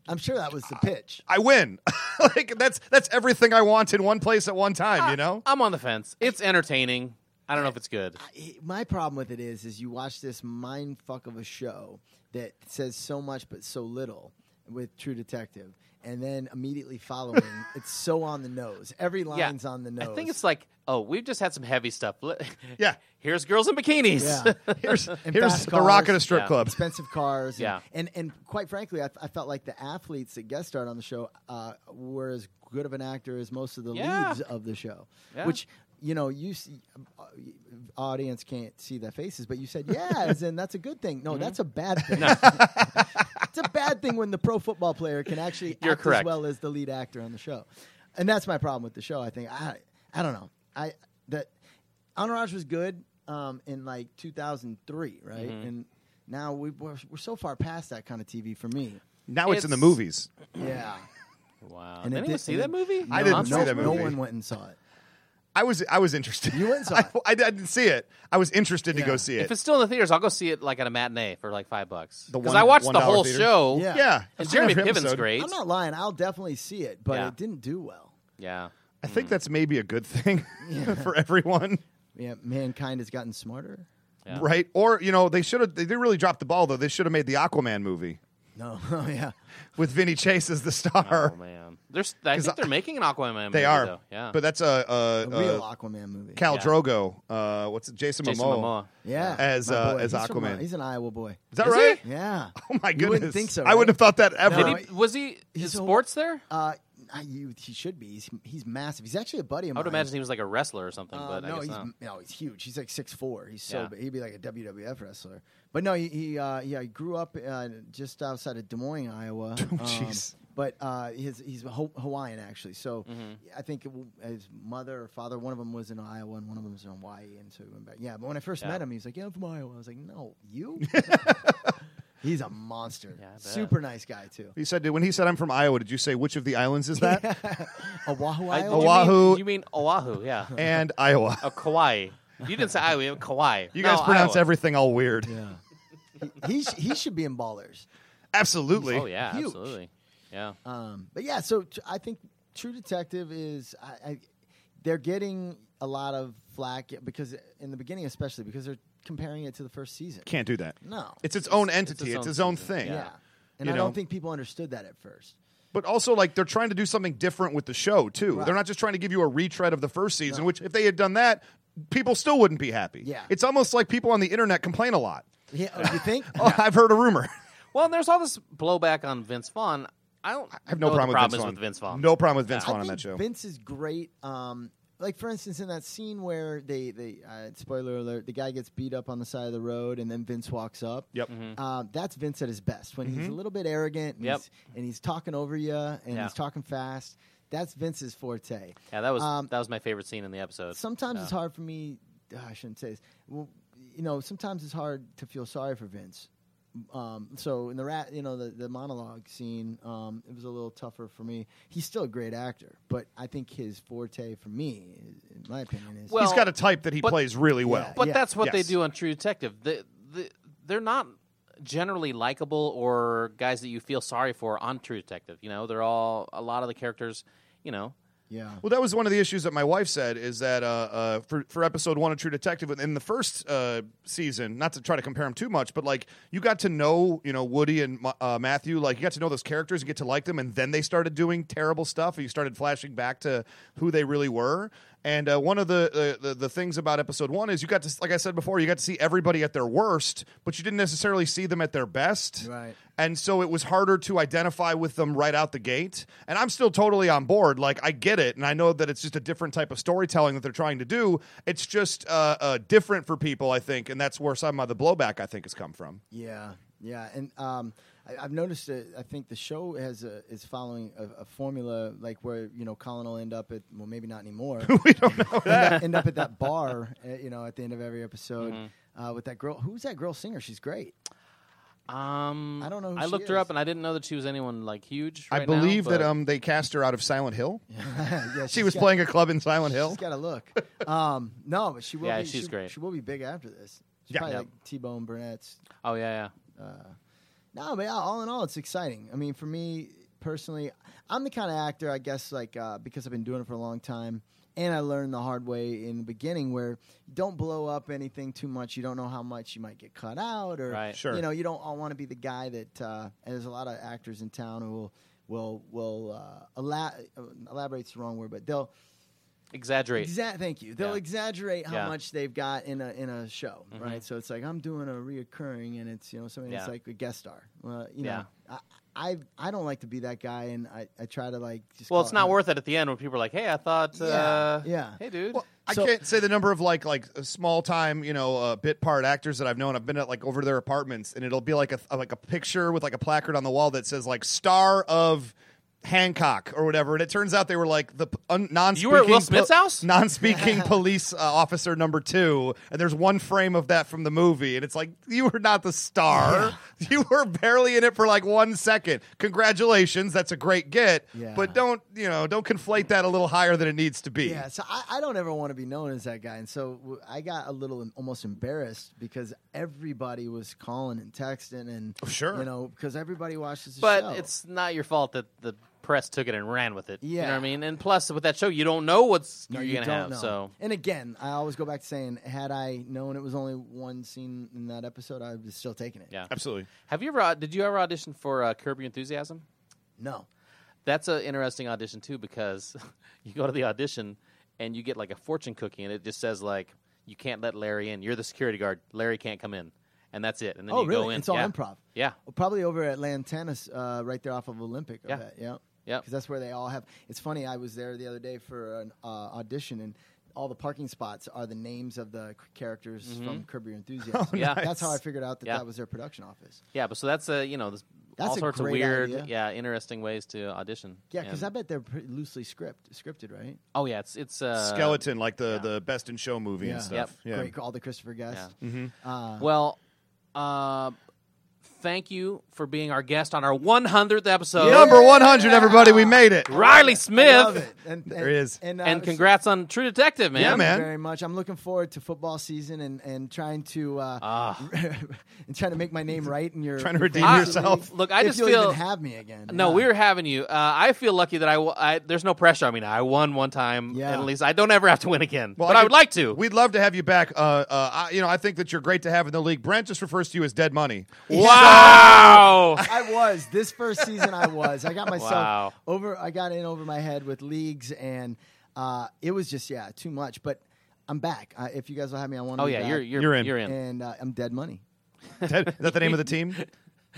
I'm sure that was the pitch. I win. Ah, like that's that's everything I want in one place at one time. You know. I'm on the fence. It's entertaining. I don't know if it's good. I- my problem with it is is you watch this mind fuck of a show that says so much but so little with True Detective, and then immediately following, it's so on the nose. Every line's on the nose. I think it's like, oh, we've just had some heavy stuff. Let- Yeah. Here's girls in bikinis. yeah. Here's And here's fast the rock cars. at a strip Yeah. club. expensive cars. and- Yeah. And, and quite frankly, I, I felt like the athletes that guest starred on the show uh, were as good of an actor as most of the Yeah. leads of the show, Yeah. which. You know, you see, uh, audience can't see their faces, but you said, "Yeah," as in that's a good thing. Mm-hmm. No, that's a bad thing. it's a bad thing when the pro football player can actually You're act correct. as well as the lead actor on the show, and that's my problem with the show. I think I I don't know I that Entourage was good um, in like 2003, right? Mm-hmm. And now we, we're we're so far past that kind of TV for me. Now it's, in the It's- movies. Yeah, Wow. And Did it anyone did- see and that it- movie? I didn't I'm see no, sorry. that no movie. one went and saw it. I was I was interested. You went and saw I, it. I didn't see it. I was interested to Yeah. go see If it. it's still in the theaters, I'll go see it like at a matinee for like five bucks. The Because one- I watched the $1 whole theater? show. Yeah. yeah, And it's Jeremy every Piven's episode. great. I'm not lying. I'll definitely see it, but Yeah. it didn't do well. Yeah. I think that's maybe a good thing for everyone, Yeah, mankind has gotten smarter. Yeah. right? Or you know, they should have. They, they really dropped the ball though. They should have made the Aquaman movie No, oh yeah, with Vinny Chase as the star. Oh man, there's. I think I- they're making an Aquaman. Movie, they are, Though. Yeah. But that's a, a a, real a Aquaman movie. Uh, Cal Yeah. Drogo. Uh, what's it? Jason, Jason Momoa. yeah, as, my uh, boy. as He's from, uh, Aquaman. he's an Iowa boy. Is that Is he? right? Yeah. Oh my goodness! You wouldn't think so. I wouldn't have thought right? that ever. No. Did he, was he? Is he's a- sports there? Uh, I, you, he should be. He's, he's massive. He's actually a buddy I of mine. would imagine he was like a wrestler or something, Uh, but I no, guess he's not. no, he's huge. He's like six four. He's so Yeah. big. He'd be like a WWF wrestler. But no, he, he uh, yeah, he grew up uh, just outside of Des Moines, Iowa. Oh, Um, Jeez. but uh, his, he's Ho- Hawaiian actually. So Mm-hmm. I think it, w- his mother or father, one of them was in Iowa and one of them was in Hawaii, and so he went back. Yeah, but when I first Yeah. met him, he was like, "Yeah, I'm from Iowa." I was like, "No, you." he's a monster. I bet. Super nice guy too. He said when he said I'm from Iowa. Did you say which of the islands is that? Oahu, I- you Iowa. mean- Oahu. You mean Oahu? Yeah. And Iowa. Oh, Kauai. You didn't say Iowa. You meant Kauai. You No, guys pronounce Iowa. everything all weird. Yeah. he, he, sh- he should be in Ballers. Absolutely. Oh yeah, Huge. absolutely. Yeah. Um, but yeah, so tr- I think True Detective is I, I, they're getting a lot of flack because in the beginning, especially because they're comparing it to the first season. Can't do that. No. It's its own entity. It's its own, season. thing. yeah. yeah. and You I know. don't think people understood that at first. But also, like, they're trying to do something different with the show, too. Right. They're not just trying to give you a retread of the first season, which, if they had done that, people still wouldn't be happy. Yeah. It's almost like people on the internet complain a lot. Yeah, oh, you think? Oh, I've heard a rumor. Well, and there's all this blowback on Vince Vaughn. I don't. I have no know what problem, with, Vince Oh, the is Vaughn. with Vince Vaughn. No problem with Vince I Vaughn on think that show. Vince is great. Um, like for instance, in that scene where they they uh, spoiler alert, the guy gets beat up on the side of the road, and then Vince walks up. Yep. Uh, that's Vince at his best when he's a little bit arrogant Mm-hmm. and, Yep. he's, and he's talking over you and Yeah. he's talking fast. That's Vince's forte. Yeah, that was Um, that was my favorite scene in the episode. Sometimes Yeah. it's hard for me. ah, I shouldn't say this. Well, you know, sometimes it's hard to feel sorry for Vince. Um, so in the rat, you know, the, the monologue scene, um, it was a little tougher for me. He's still a great actor, but I think his forte, for me, in my opinion, is Well, He's got a type that he but- plays really well. But Yeah. that's what they Yes. do on True Detective. The, the, they're not generally likable or guys that you feel sorry for on True Detective. You know, they're all a lot of the characters. You know, yeah, Well, that was one of the issues that my wife said is that uh, uh, for for episode one of True Detective in the first uh, season, not to try to compare them too much, but like you got to know you know Woody and Ma- uh, Matthew, like you got to know those characters and get to like them, and then they started doing terrible stuff. And you started flashing back to who they really were. And uh, one of the, the, the the things about episode one is you got to, like I said before, you got to see everybody at their worst, but you didn't necessarily see them at their best Right. and so it was harder to identify with them right out the gate and i'm still totally on board like i get it and i know that it's just a different type of storytelling that they're trying to do it's just uh, uh, different for people i think and that's where some of the blowback i think has come from Yeah, yeah, and um, I, I've noticed. That I think the show has a, is following a, a formula like where you know Colin will end up at well, maybe not anymore. we don't know End, up, end up at that bar, uh, you know, at the end of every episode Mm-hmm. uh, with that girl. Who's that girl singer? She's great. um, I don't know who I she looked her is. up and I didn't know that she was anyone like huge. i right now, believe that but- um they cast her out of silent hill yeah, she was playing a club in silent hill She's got a look. Um, no, but she will. Yeah, be, she's she, great. She will be big after this. She's Yeah. probably Yep. like T-Bone Burnett's Oh yeah, No, but yeah, all in all, it's exciting. I mean, for me personally, I'm the kind of actor, I guess, like uh, because I've been doing it for a long time. And I learned the hard way in the beginning where don't blow up anything too much. You don't know how much you might get cut out, or Right. Sure. you know, you don't want to be the guy that. Uh, and there's a lot of actors in town who will will will uh, ela- uh, elaborate's the wrong word, but they'll Exaggerate. Exact. Thank you. They'll Yeah. exaggerate how Yeah. Mm-hmm. much they've got in a in a show, right? So it's like I'm doing a reoccurring, and it's you know something that's Yeah. like a guest star. Well, you know, Yeah. I, I I don't like to be that guy, and I, I try to like just. Well, call oh, it's it not my- worth it at the end when people are like, "Hey, I thought, uh, Yeah, yeah. hey, dude." Well, I So- can't say the number of like like uh, small time you know uh, bit part actors that I've known. I've been at like over to their apartments, and it'll be like a like a picture with like a placard on the wall that says like star of Hancock or whatever. And it turns out they were like the p- un- non You were at Will Smith's house? non speaking police uh, officer number two. And there's one frame of that from the movie, and it's like you were not the star. You were barely in it for like one second. Congratulations, that's a great get, Yeah. but don't you know don't conflate that a little higher than it needs to be. Yeah, so I, I don't ever want to be known as that guy, and so w- I got a little em- almost embarrassed because everybody was calling and texting, and sure. you know, because everybody watches the Oh, but show. it's not your fault that the press took it and ran with it. you know what Yeah. I mean. And plus, with that show, you don't know what's No, you're you gonna don't have. know. So and again, I always go back to saying, had I known it was only one scene in that episode, I was still taking it. yeah. Absolutely. Have you ever? Did you ever audition for uh, Curb Your Enthusiasm? No. That's an interesting audition too because you go to the audition and you get like a fortune cookie and it just says like you can't let Larry in. You're the security guard. Larry can't come in, and that's it. And then oh, you really? go in. It's all yeah. improv. Yeah. Well, probably over at Lantanis, uh, right there off of Olympic. I Yeah. bet. Yeah. Yep. Because that's where they all have. It's funny. I was there the other day for an uh, audition, and all the parking spots are the names of the c- characters from Curb Your Enthusiasm. Yeah. That's how I figured out that Mm-hmm. Oh, Yeah. that was their production office. Yeah, but so that's a you know this, That's all a sorts of great weird, idea. yeah, interesting ways to audition. Yeah, because And- I bet they're pretty loosely script, scripted, right? oh yeah, it's it's uh, Skeleton, like the the Best in Show movie Yeah. and stuff. Mm-hmm. Great Great, all the Christopher Guest. Uh, Well, uh, thank you for being our guest on our 100th episode, Number one hundred, everybody, we made it. Riley I love Smith, it. And, and, There he is. And, uh, and congrats on True Detective, man. Yeah, man. Thank you very much. I'm looking forward to football season and, and trying to uh, Ah. and trying to make my name right in your Trying to your redeem fantasy yourself. league. Look, I if just you'll feel- even have me again. No, Yeah. we were having you. Uh, I feel lucky that I, w- I- There's no pressure. I mean, I won one time. Yeah. At least I don't ever have to win again. Well, but I, could- would like to. We'd love to have you back. Uh, uh, I, you know, I think that you're great to have in the league. Brent just refers to you as dead money. wow. I was this first season. I was. I got myself Wow. over. I got in over my head with leagues, and uh, it was just yeah too much. But I'm back. Uh, if you guys will have me, I want. oh yeah, you're you're, You're in. You're in. and uh, I'm dead money. Dead- Is that the name of the team?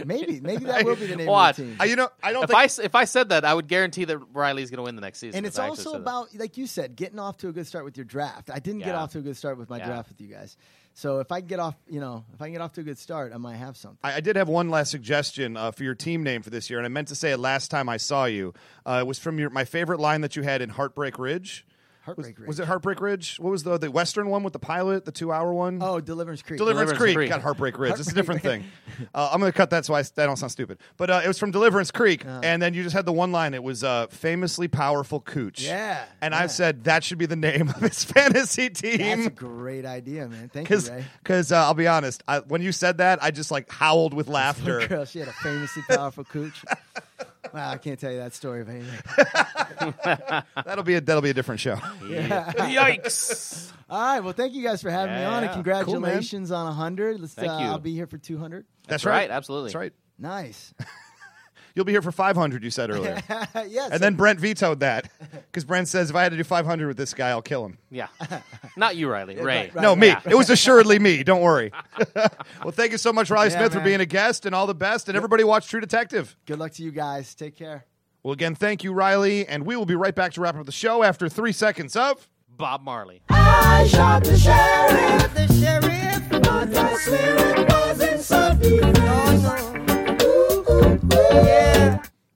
Maybe maybe that will be the name What? of the team. I, you know, I don't if think I s- if I said that, I would guarantee that Riley's going to win the next season. and if it's I actually also said that. about like you said getting off to a good start with your draft i didn't get Yeah. off to a good start with my Yeah. draft with you guys so if i can get off you know if i can get off to a good start i might have something I, I did have one last suggestion uh, for your team name for this year, and I meant to say it last time I saw you. Uh, it was from your my favorite line that you had in Heartbreak Ridge. heartbreak Was Ridge. it Heartbreak Ridge? What was the the Western one with the pilot, the two hour one? oh deliverance creek Deliverance, Deliverance Creek. Creek. got Heartbreak Ridge. It's a different thing. Uh, I'm going to cut that so I, I don't sound stupid. But uh, it was from Deliverance Creek, and then you just had the one line. It was uh, famously powerful cooch. Yeah, and yeah. I've said that should be the name of his fantasy that's a team. great idea man thank you Because, ray because uh, I'll be honest, I, when you said that, I just like howled with laughter. girl she had a famously powerful cooch wow i can't tell you that story of anything that'll be a that'll be a different show. Yikes. all right well thank you guys for having me on and Yeah. Cool, man. congratulations on 100 let's Thank uh, you. i'll be here for 200 That's right, absolutely. That's right. nice You'll be here for 500. You said earlier, yes and then Brent vetoed that because Brent says if I had to do 500 with this guy, I'll kill him. Yeah. Not you, Riley. Ray. right, right. No, me. Yeah. It was assuredly me. Don't worry. well, thank you so much, Riley Yeah, Smith, for man. being a guest and all the best. And everybody watch True Detective. good luck to you guys take care Well, again, thank you, Riley. And we will be right back to wrap up the show after three seconds of. Bob Marley. I shot the sheriff. The sheriff. But I swear it wasn't something. Ooh, ooh, ooh. Yeah.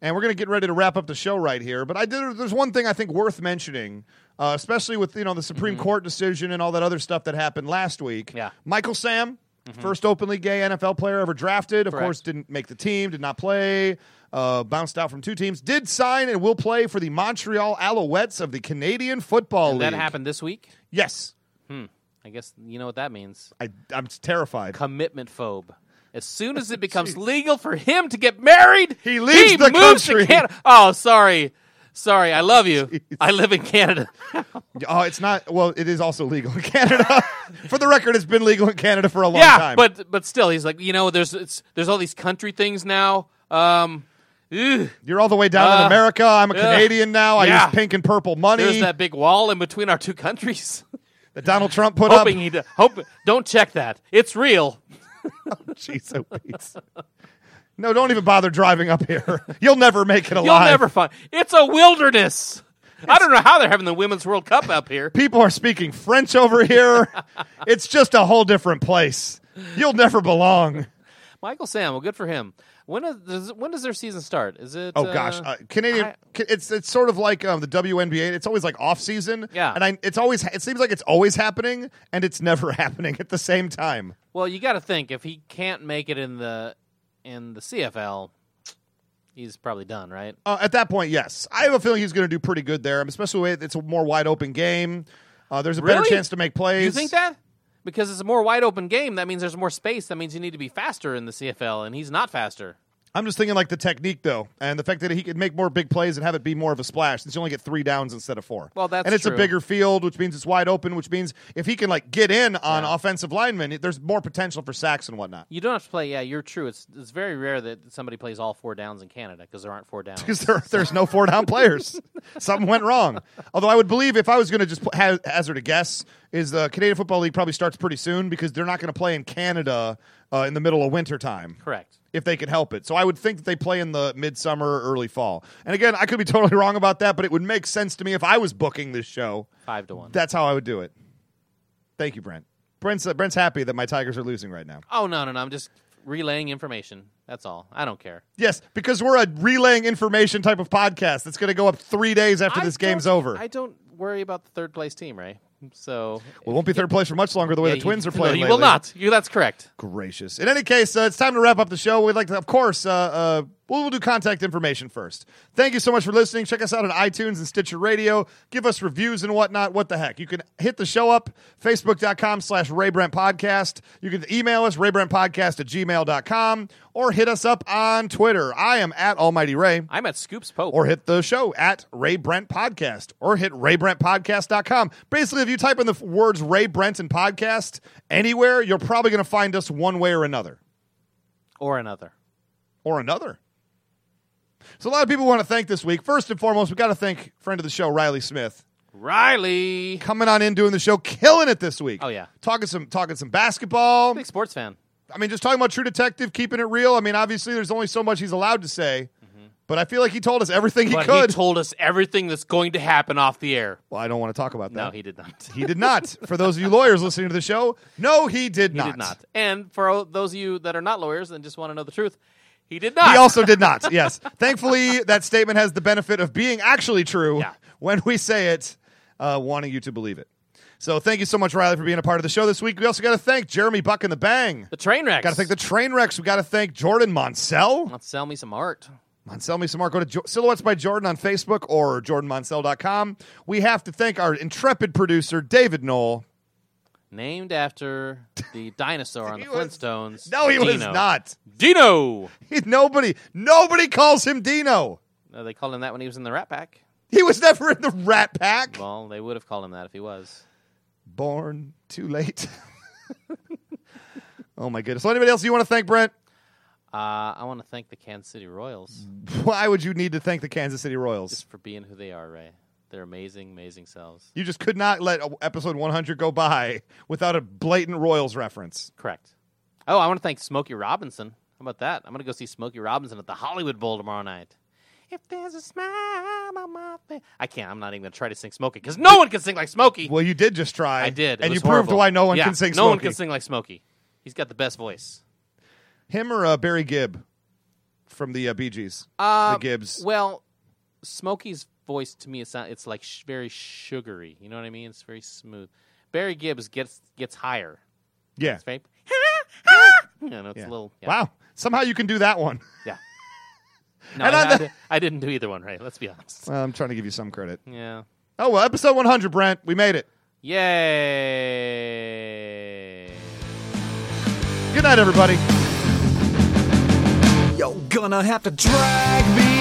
And we're going to get ready to wrap up the show right here. But I did. There's one thing I think worth mentioning, uh, especially with you know the Supreme Court decision and all that other stuff that happened last week. Mm-hmm. Yeah. Mm-hmm. Michael Sam, first openly gay NFL player ever drafted. Of Correct. course, didn't make the team. Did not play. Uh, bounced out from two teams. Did sign and will play for the Montreal Alouettes of the Canadian Football League. That happened this week. Yes, I guess you know what that means. I, I'm terrified. Commitment phobe. As soon as it becomes legal for him to get married, He leaves the moves country. To Canada. Oh, sorry. Sorry, I love you. I live in Canada. Oh, it's not. Well, it is also legal in Canada. for the record, it's been legal in Canada for a long yeah, time. but but still, he's like, you know, there's it's, there's all these country things now. Um, ugh, you're all the way down in Uh, America. I'm a yeah. Canadian now. I Yeah. use pink and purple money there's that big wall in between our two countries. that Donald Trump put up. Hoping he d- hope don't check that. It's real. Jeez, oh, Pete. No, don't even bother driving up here. You'll never make it alive. You'll never find. It's a wilderness. I don't know how they're having the women's World Cup up here. People are speaking French over here. it's just a whole different place. You'll never belong. Michael Sam, well, good for him. When is- does when does their season start? Is it? Oh gosh, uh, Canadian. I- ca- it's it's sort of like um, the WNBA. It's always like off season. Yeah. and I, it's always it seems like it's always happening, and it's never happening at the same time. well, you got to think if he can't make it in the in the CFL, he's probably done, right? Uh, at that point, yes, I have a feeling he's going to do pretty good there, especially with it's a more wide open game. Uh, there's a Really? better chance to make plays. You think that? Because it's a more wide open game, that means there's more space. That means you need to be faster in the CFL, and he's not faster. I'm just thinking like the technique though, and the fact that he could make more big plays and have it be more of a splash. Since you only get three downs instead of four. Well, that's and it's true. a bigger field, which means it's wide open, which means if he can like get in on offensive linemen, it- there's more potential for sacks and whatnot. You don't have to play. Yeah, you're true. It's it's very rare that somebody plays all four downs in Canada because there aren't four downs. because there, there's no four down players. Something went wrong. Although I would believe if I was going to just pl- ha- hazard a guess, is the Canadian Football League probably starts pretty soon because they're not going to play in Canada uh, in the middle of winter time. Correct. If they can help it. So I would think that they play in the midsummer or early fall. And again, I could be totally wrong about that, but it would make sense to me if I was booking this show. Five to one. That's how I would do it. Thank you, Brent. Brent's, uh, Brent's happy that my Tigers are losing right now. oh no, no, no! I'm just relaying information. That's all. I don't care. Yes, because we're a relaying information type of podcast that's going to go up three days after I this don't- game's over. I don't worry about the third place team, Ray. So Well, it won't be third place for much longer the way Yeah, the Twins you, are playing. No, you lately. will not. You, that's correct. Gracious. In any case, uh, it's time to wrap up the show. We'd like to, of course, uh, uh, we'll, we'll do contact information first. Thank you so much for listening. Check us out on iTunes and Stitcher Radio. Give us reviews and whatnot. What the heck? You can hit the show up, facebook.com slash Ray Brent Podcast. You can email us, raybrentpodcast at gmail.com, or hit us up on Twitter. I am at Almighty Ray I'm at Scoops Pope. or hit the show at Ray Brent Podcast or hit RayBrentPodcast.com. Basically, if you type in the f- words Ray Brent and podcast anywhere, you're probably going to find us one way or another. or another. Or another. So, a lot of people want to thank this week. First and foremost, we got to thank friend of the show, Riley Smith, Riley, coming on in, doing the show, killing it this week. Oh, yeah. Talking some, talking some basketball. big sports fan. I mean, just talking about True Detective, keeping it real. I mean, obviously, there's only so much he's allowed to say, but I feel like he told us everything he Mm-hmm. but could. he told us everything that's going to happen off the air. well, I don't want to talk about that. No, he did not. He did not. For those of you lawyers listening to the show, no, he did He not. did not. And for all those of you that are not lawyers and just want to know the truth, he did not. He also did not. Yes. Thankfully, that statement has the benefit of being actually true Yeah. when we say it, uh, wanting you to believe it. So thank you so much, Riley, for being a part of the show this week. We also got to thank Jeremy Buck and the Bang. the train wreck. Got to thank the train wrecks. We got to thank Jordan Monsell. Let's sell me some art. Monsell me some more. Go to jo- Silhouettes by Jordan on Facebook or jordanmonsell.com. We have to thank our intrepid producer, David Knoll. Named after the dinosaur on the He was- Flintstones. No, he was Dino. not. Dino. Nobody, nobody calls him Dino. No, they called him that when he was in the Rat Pack. He was never in the Rat Pack. Well, they would have called him that if he was. Born too late. oh my goodness. So anybody else you want to thank, Brent? Uh, I want to thank the Kansas City Royals Mm-hmm. Why would you need to thank the Kansas City Royals? just for being who they are, Ray. They're amazing, amazing selves. You just could not let uh, episode 100 go by without a blatant Royals reference. Correct. Oh, I want to thank Smokey Robinson. How about that? I'm going to go see Smokey Robinson at the Hollywood Bowl tomorrow night. If there's a smile on my face. I can't. I'm not even going to try to sing Smokey because no one can sing like Smokey. Well, you did just try. I did. It and was you proved horrible. why no one Yeah, can sing No Smokey. one can sing like Smokey. He's got the best voice. Him or uh, Barry Gibb from the uh, Bee Gees? the Gibbs. Well, Smokey's voice to me, it's not, it's like sh- very sugary. You know what I mean? It's very smooth. Barry Gibbs gets gets higher. yeah. It's very. you know, it's Yeah. a little. Yeah. Wow. Somehow you can do that one. Yeah. No, And I, on I the- di- I didn't do either one, right? Let's be honest. Well, I'm trying to give you some credit. Yeah. Oh, well, episode 100, Brent. We made it. Yay. Good night, everybody. You're gonna have to drag me